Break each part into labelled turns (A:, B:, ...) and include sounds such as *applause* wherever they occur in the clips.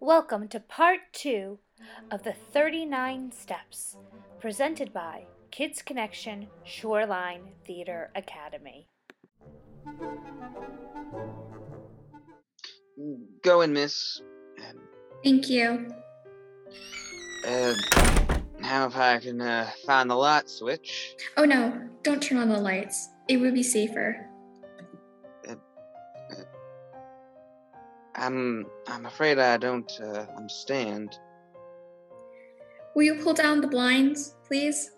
A: Welcome to part two of the 39 Steps, presented by Kids Connection Shoreline Theater Academy.
B: Go in, miss.
C: Thank you.
B: Uh, now if I can uh, find the light switch.
C: Oh no, don't turn on the lights. It would be safer.
B: I'm I'm afraid I don't uh, understand.
C: Will you pull down the blinds, please?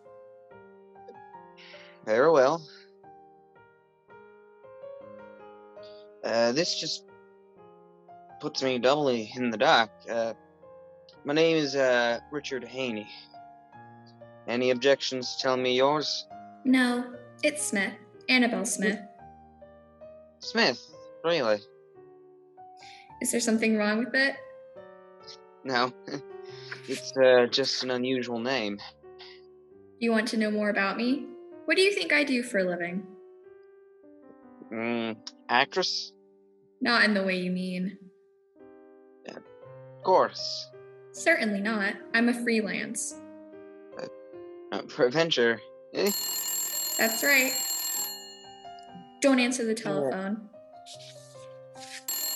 B: Very well. Uh, this just puts me doubly in the dark. Uh, my name is uh, Richard Haney. Any objections? to Tell me yours.
C: No, it's Smith, Annabelle Smith.
B: Smith, really?
C: Is there something wrong with it?
B: No. *laughs* it's uh, just an unusual name.
C: You want to know more about me? What do you think I do for a living?
B: Mm, actress?
C: Not in the way you mean.
B: Of course.
C: Certainly not. I'm a freelance.
B: Uh, for venture. Eh?
C: That's right. Don't answer the telephone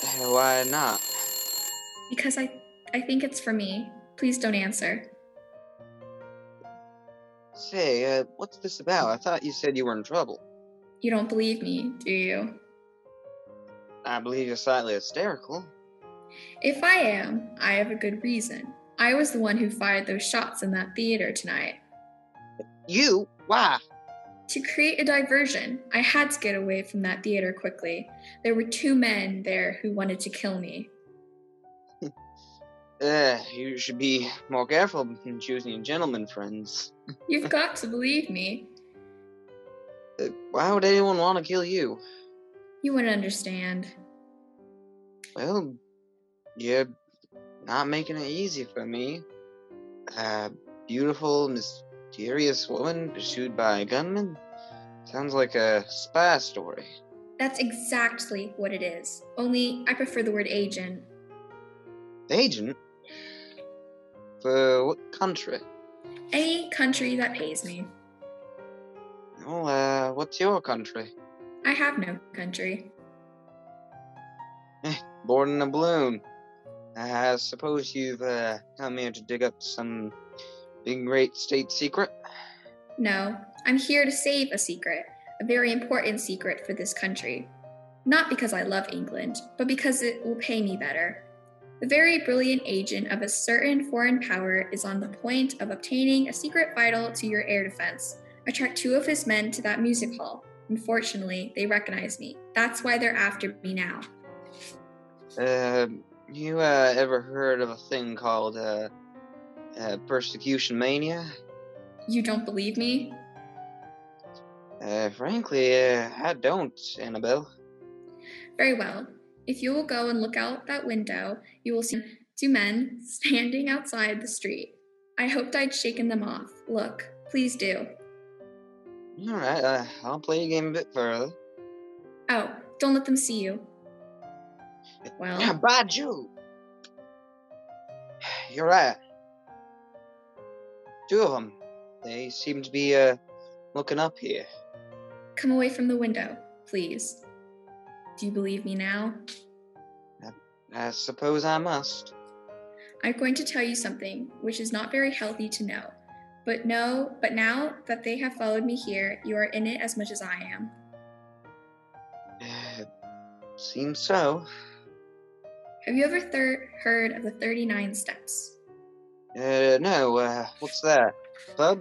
B: Uh, Why not?
C: because I, I think it's for me. Please don't answer.
B: Say, uh, what's this about? I thought you said you were in trouble.
C: You don't believe me, do you?
B: I believe you're slightly hysterical.
C: If I am, I have a good reason. I was the one who fired those shots in that theater tonight.
B: You? Why?
C: To create a diversion, I had to get away from that theater quickly. There were two men there who wanted to kill me.
B: Uh, you should be more careful in choosing gentlemen friends.
C: You've got to believe me.
B: Uh, why would anyone want to kill you?
C: You wouldn't understand.
B: Well, you're not making it easy for me. A beautiful, mysterious woman pursued by a gunman? Sounds like a spy story.
C: That's exactly what it is. Only I prefer the word agent.
B: Agent? For what country?
C: Any country that pays me.
B: Well, uh, what's your country?
C: I have no country.
B: Born in a balloon. I suppose you've uh, come here to dig up some big great state secret?
C: No, I'm here to save a secret, a very important secret for this country. Not because I love England, but because it will pay me better. The very brilliant agent of a certain foreign power is on the point of obtaining a secret vital to your air defense. I tracked two of his men to that music hall. Unfortunately, they recognize me. That's why they're after me now.
B: Uh, you uh, ever heard of a thing called uh, uh, persecution mania?
C: You don't believe me?
B: Uh, frankly, uh, I don't, Annabelle.
C: Very well. If you will go and look out that window, you will see two men *laughs* standing outside the street. I hoped I'd shaken them off. Look, please do.
B: All right, uh, I'll play your game a bit further.
C: Oh, don't let them see you.
B: Yeah,
C: Well,
B: by Jove! You're right. Two of them. They seem to be uh, looking up here.
C: come away from the window, please. Do you believe me now?
B: I suppose I must.
C: I'm going to tell you something which is not very healthy to know. But no, but now that they have followed me here, you are in it as much as I am.
B: Uh, seems so.
C: Have you ever thir- heard of the 39 steps?
B: Uh, no, uh, what's that? Pub?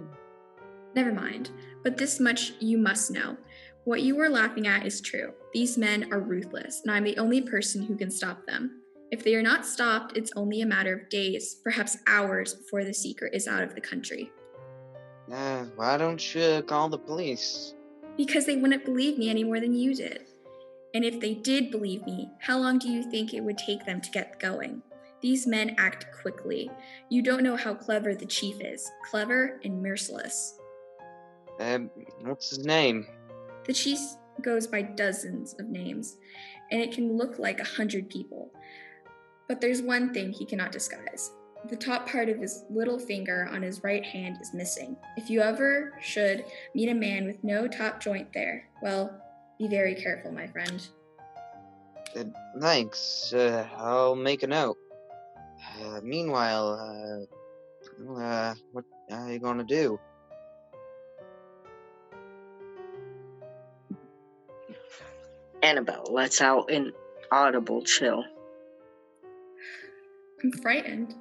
C: Never mind, but this much you must know. What you were laughing at is true. These men are ruthless, and I'm the only person who can stop them. If they are not stopped, it's only a matter of days, perhaps hours, before the secret is out of the country.
B: Uh, why don't you call the police?
C: Because they wouldn't believe me any more than you did. And if they did believe me, how long do you think it would take them to get going? These men act quickly. You don't know how clever the chief is clever and merciless.
B: Um, what's his name?
C: The cheese goes by dozens of names, and it can look like a hundred people. But there's one thing he cannot disguise. The top part of his little finger on his right hand is missing. If you ever should meet a man with no top joint there, well, be very careful, my friend.
B: Uh, thanks. Uh, I'll make a note. Uh, meanwhile, uh, well, uh, what are you gonna do?
D: Annabelle lets out an audible chill.
C: I'm frightened.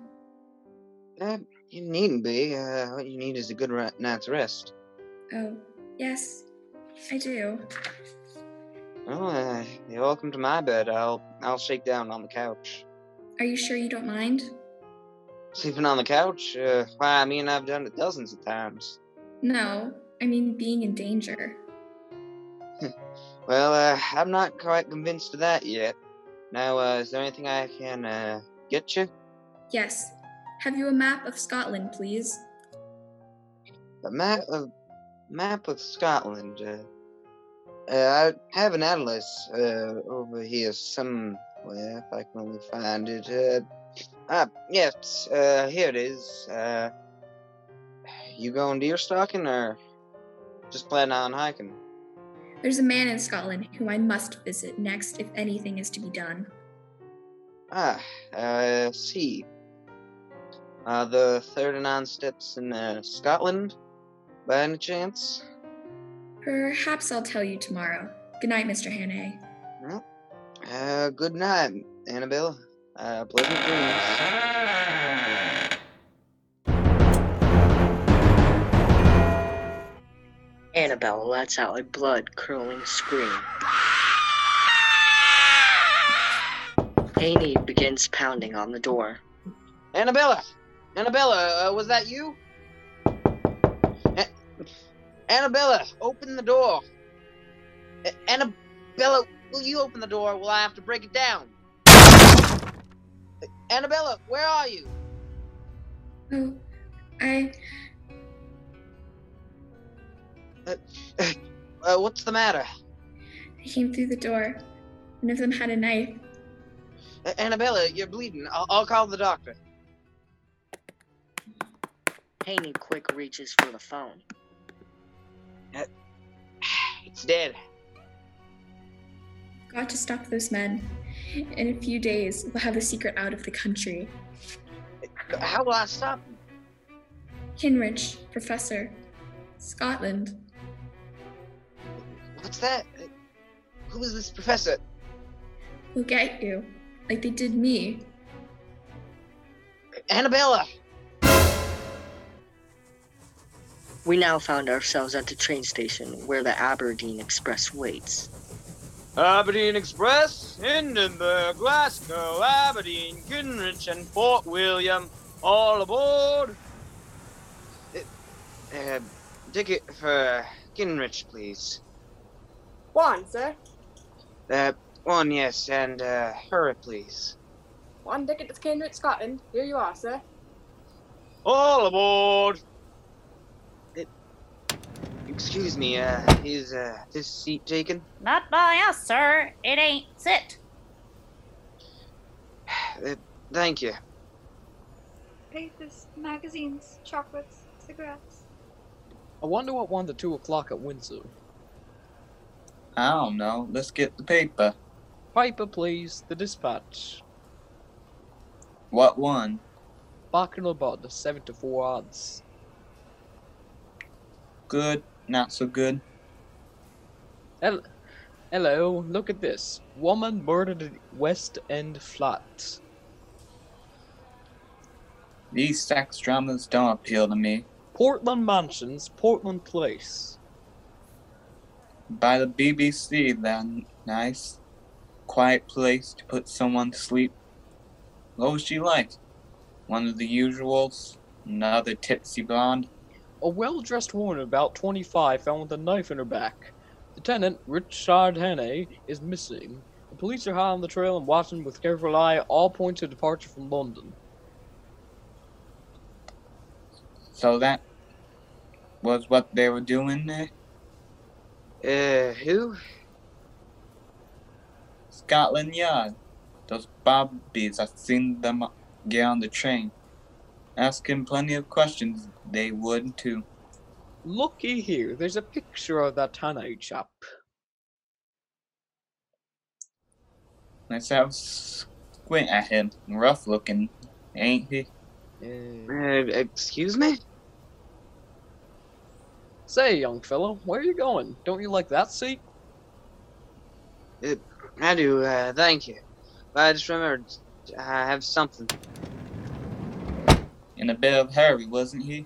B: Uh, you needn't be. Uh, what you need is a good ra- night's rest.
C: Oh, yes, I do.
B: Well, uh, you're welcome to my bed. I'll I'll shake down on the couch.
C: Are you sure you don't mind?
B: Sleeping on the couch? Uh, why, I mean, I've done it dozens of times.
C: No, I mean being in danger.
B: Well, uh, I'm not quite convinced of that yet. Now, uh, is there anything I can uh, get you?
C: Yes. Have you a map of Scotland, please?
B: A map of map of Scotland. Uh, uh, I have an atlas uh, over here somewhere. If I can only find it. Uh, ah, yes. Uh, here it is. Uh, you going deer stalking or just planning on hiking?
C: There's a man in Scotland whom I must visit next if anything is to be done.
B: Ah, uh, see. Uh, the 39 steps in uh, Scotland, by any chance?
C: Perhaps I'll tell you tomorrow. Good night, Mr. Hannay.
B: Uh, good night, Annabelle. Uh, pleasant dreams.
D: Annabelle lets out a blood curdling scream. Haney begins pounding on the door.
B: Annabella! Annabella, uh, was that you? A- Annabella, open the door! A- Annabella, will you open the door? Will I have to break it down? Annabella, where are you?
C: Oh, I.
B: Uh, what's the matter?
C: I came through the door. One of them had a knife.
B: Uh, Annabella, you're bleeding. I'll, I'll call the doctor.
D: Haney quick reaches for the phone.
B: It's dead.
C: Got to stop those men. In a few days, we'll have the secret out of the country.
B: How will I stop him?
C: Kinrich, Professor, Scotland.
B: What's that? Uh, Who is this professor?
C: will get you, like they did me.
B: Annabella!
D: We now found ourselves at the train station where the Aberdeen Express waits.
B: Aberdeen Express, Hindenburg, Glasgow, Aberdeen, Kinrich, and Fort William. All aboard! Uh, ticket for Kinrich, please.
E: One, sir.
B: Uh, one, yes, and uh, her, please.
E: One ticket to Cambridge, Scotland. Here you are, sir.
B: All aboard! Uh, Excuse me, uh, is uh, this seat taken?
F: Not by us, sir. It ain't sit.
B: Uh, thank you.
G: papers, magazines, chocolates, cigarettes.
H: I wonder what won the two o'clock at Windsor.
I: I don't know. Let's get the paper.
H: Paper, please. The dispatch.
I: What one?
H: Barking about the seven to four odds.
I: Good? Not so good?
H: Hello, look at this. Woman murdered in West End flat.
I: These sex dramas don't appeal to me.
H: Portland Mansions, Portland Place.
I: By the BBC, then. Nice. Quiet place to put someone to sleep. What was she like? One of the usuals? Another tipsy blonde?
H: A well dressed woman of about 25 found with a knife in her back. The tenant, Richard Hannay, is missing. The police are hot on the trail and watching with careful eye all points of departure from London.
I: So that was what they were doing there?
B: Uh, who?
I: Scotland Yard. Those bobbies, I seen them get on the train. Asking plenty of questions, they would too.
H: Looky here, there's a picture of that Hannah chap.
I: Let's have a squint at him. Rough looking, ain't he?
H: Eh,
B: Uh, excuse me?
H: Say, young fellow, where are you going? Don't you like that seat?
B: I do, uh, thank you. But I just remembered I have something.
I: In a bit of hurry, wasn't he?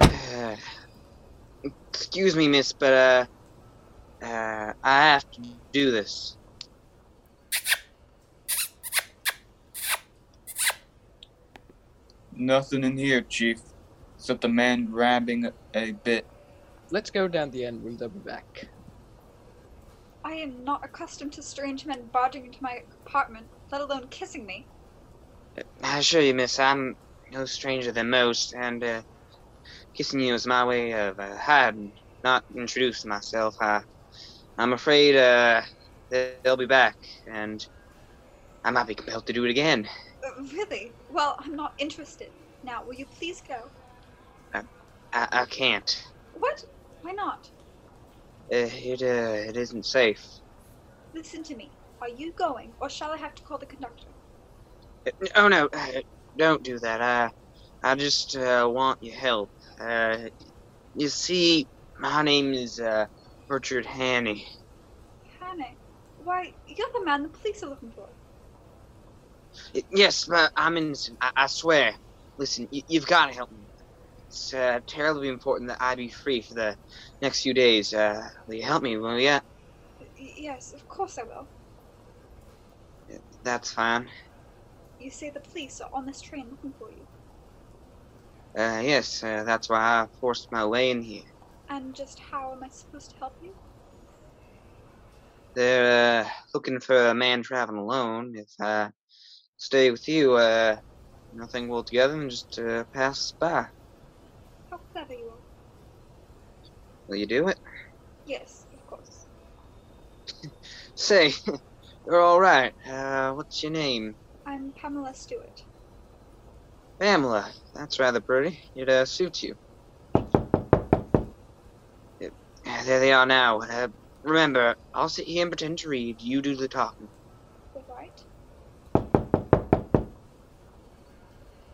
B: Uh, excuse me, miss, but, uh, uh, I have to do this.
I: Nothing in here, Chief. Except a man grabbing a- a bit.
H: Let's go down the end room, they'll be back.
G: I am not accustomed to strange men barging into my apartment, let alone kissing me.
B: I assure you, miss, I'm no stranger than most, and, uh, kissing you is my way of, uh, hiding, not introducing myself. I, I'm afraid, uh, they- they'll be back, and I might be compelled to do it again.
G: Uh, really? Well, I'm not interested. Now, will you please go?
B: I, I can't.
G: What? Why not?
B: Uh, it, uh, it isn't safe.
G: Listen to me. Are you going, or shall I have to call the conductor?
B: Uh, Oh no, uh, don't do that. I, I just uh, want your help. Uh, you see, my name is uh, Richard Haney.
G: Hannah, why, you're the man the police are looking for.
B: Y- Yes, but I'm innocent. I, I swear. Listen, y- you've got to help me. It's uh, terribly important that I be free for the next few days. Uh, will you help me? Will you?
G: Y- yes, of course I will.
B: That's fine.
G: You say the police are on this train looking for you.
B: Uh, yes, uh, that's why I forced my way in here.
G: And just how am I supposed to help you?
B: They're uh, looking for a man traveling alone. If I stay with you, uh, nothing will together and just uh, pass us by.
G: How clever you are.
B: Will you do it?
G: Yes, of course.
B: Say, *laughs* you're all right. Uh, what's your name?
G: I'm Pamela Stewart.
B: Pamela. That's rather pretty. It uh, suits you. Yep. Uh, There they are now. Uh, remember, I'll sit here and pretend to read. You do the talking.
G: All right.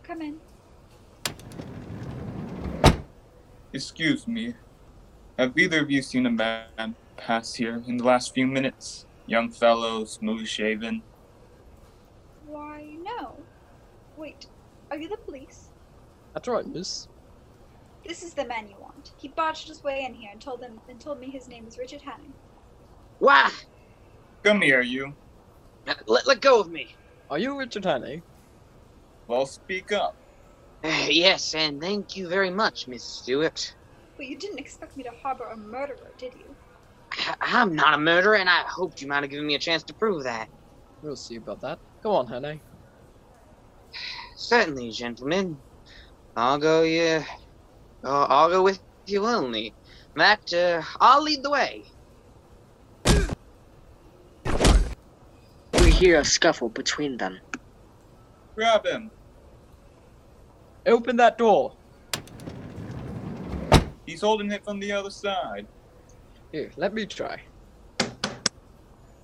G: Come in.
I: Excuse me. Have either of you seen a man pass here in the last few minutes? Young fellow, smooth shaven.
G: Why, no. Wait, are you the police?
H: That's right, miss.
G: This is the man you want. He barged his way in here and told them and told me his name was Richard Hanning.
B: Why?
I: Come here, you.
B: Uh, Let, let go of me.
H: Are you Richard Hannay?
I: Well, speak up.
B: Uh, yes, and thank you very much, Miss Stewart.
G: But you didn't expect me to harbor a murderer, did you?
B: I- I'm not a murderer, and I hoped you might have given me a chance to prove that.
H: We'll see about that. Come on, Hannay.
B: Certainly, gentlemen. I'll go you. I'll I'll go with you only. Matt, uh, I'll lead the way.
D: We hear a scuffle between them.
I: Grab him.
H: Open that door!
I: He's holding it from the other side.
H: Here, let me try.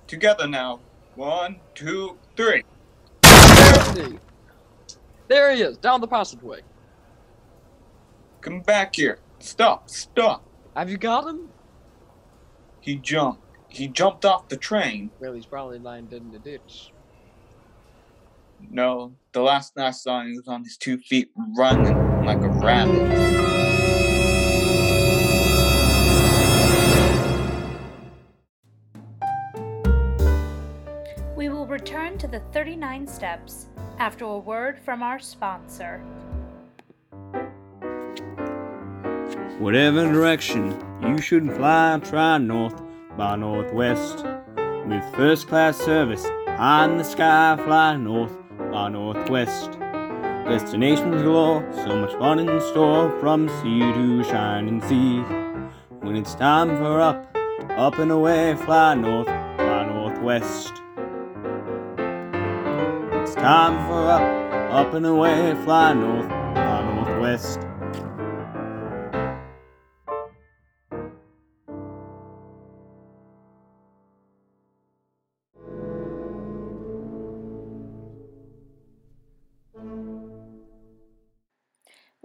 I: Together now. One, two, three.
H: There he- There he is, down the passageway.
I: Come back here. Stop, stop.
H: Have you got him?
I: He jumped. He jumped off the train.
H: Well, he's probably lying dead in the ditch.
I: No, the last I saw him, he was on his two feet running like a rabbit.
A: We will return to the 39 steps after a word from our sponsor.
J: Whatever direction you should fly, try north by northwest. With first class service high in the sky, fly north by northwest. Destinations galore, so much fun in store from sea to shining sea. When it's time for up, up and away, fly north by northwest.
K: It's time for up, up and away, fly north, fly northwest.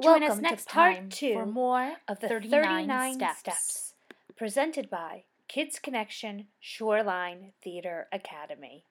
A: Join us
C: Welcome to
A: next
C: part
A: time
C: two
A: for more of the 39,
C: 39
A: steps.
C: Steps.
A: presented by Kids Connection Shoreline Theater Academy.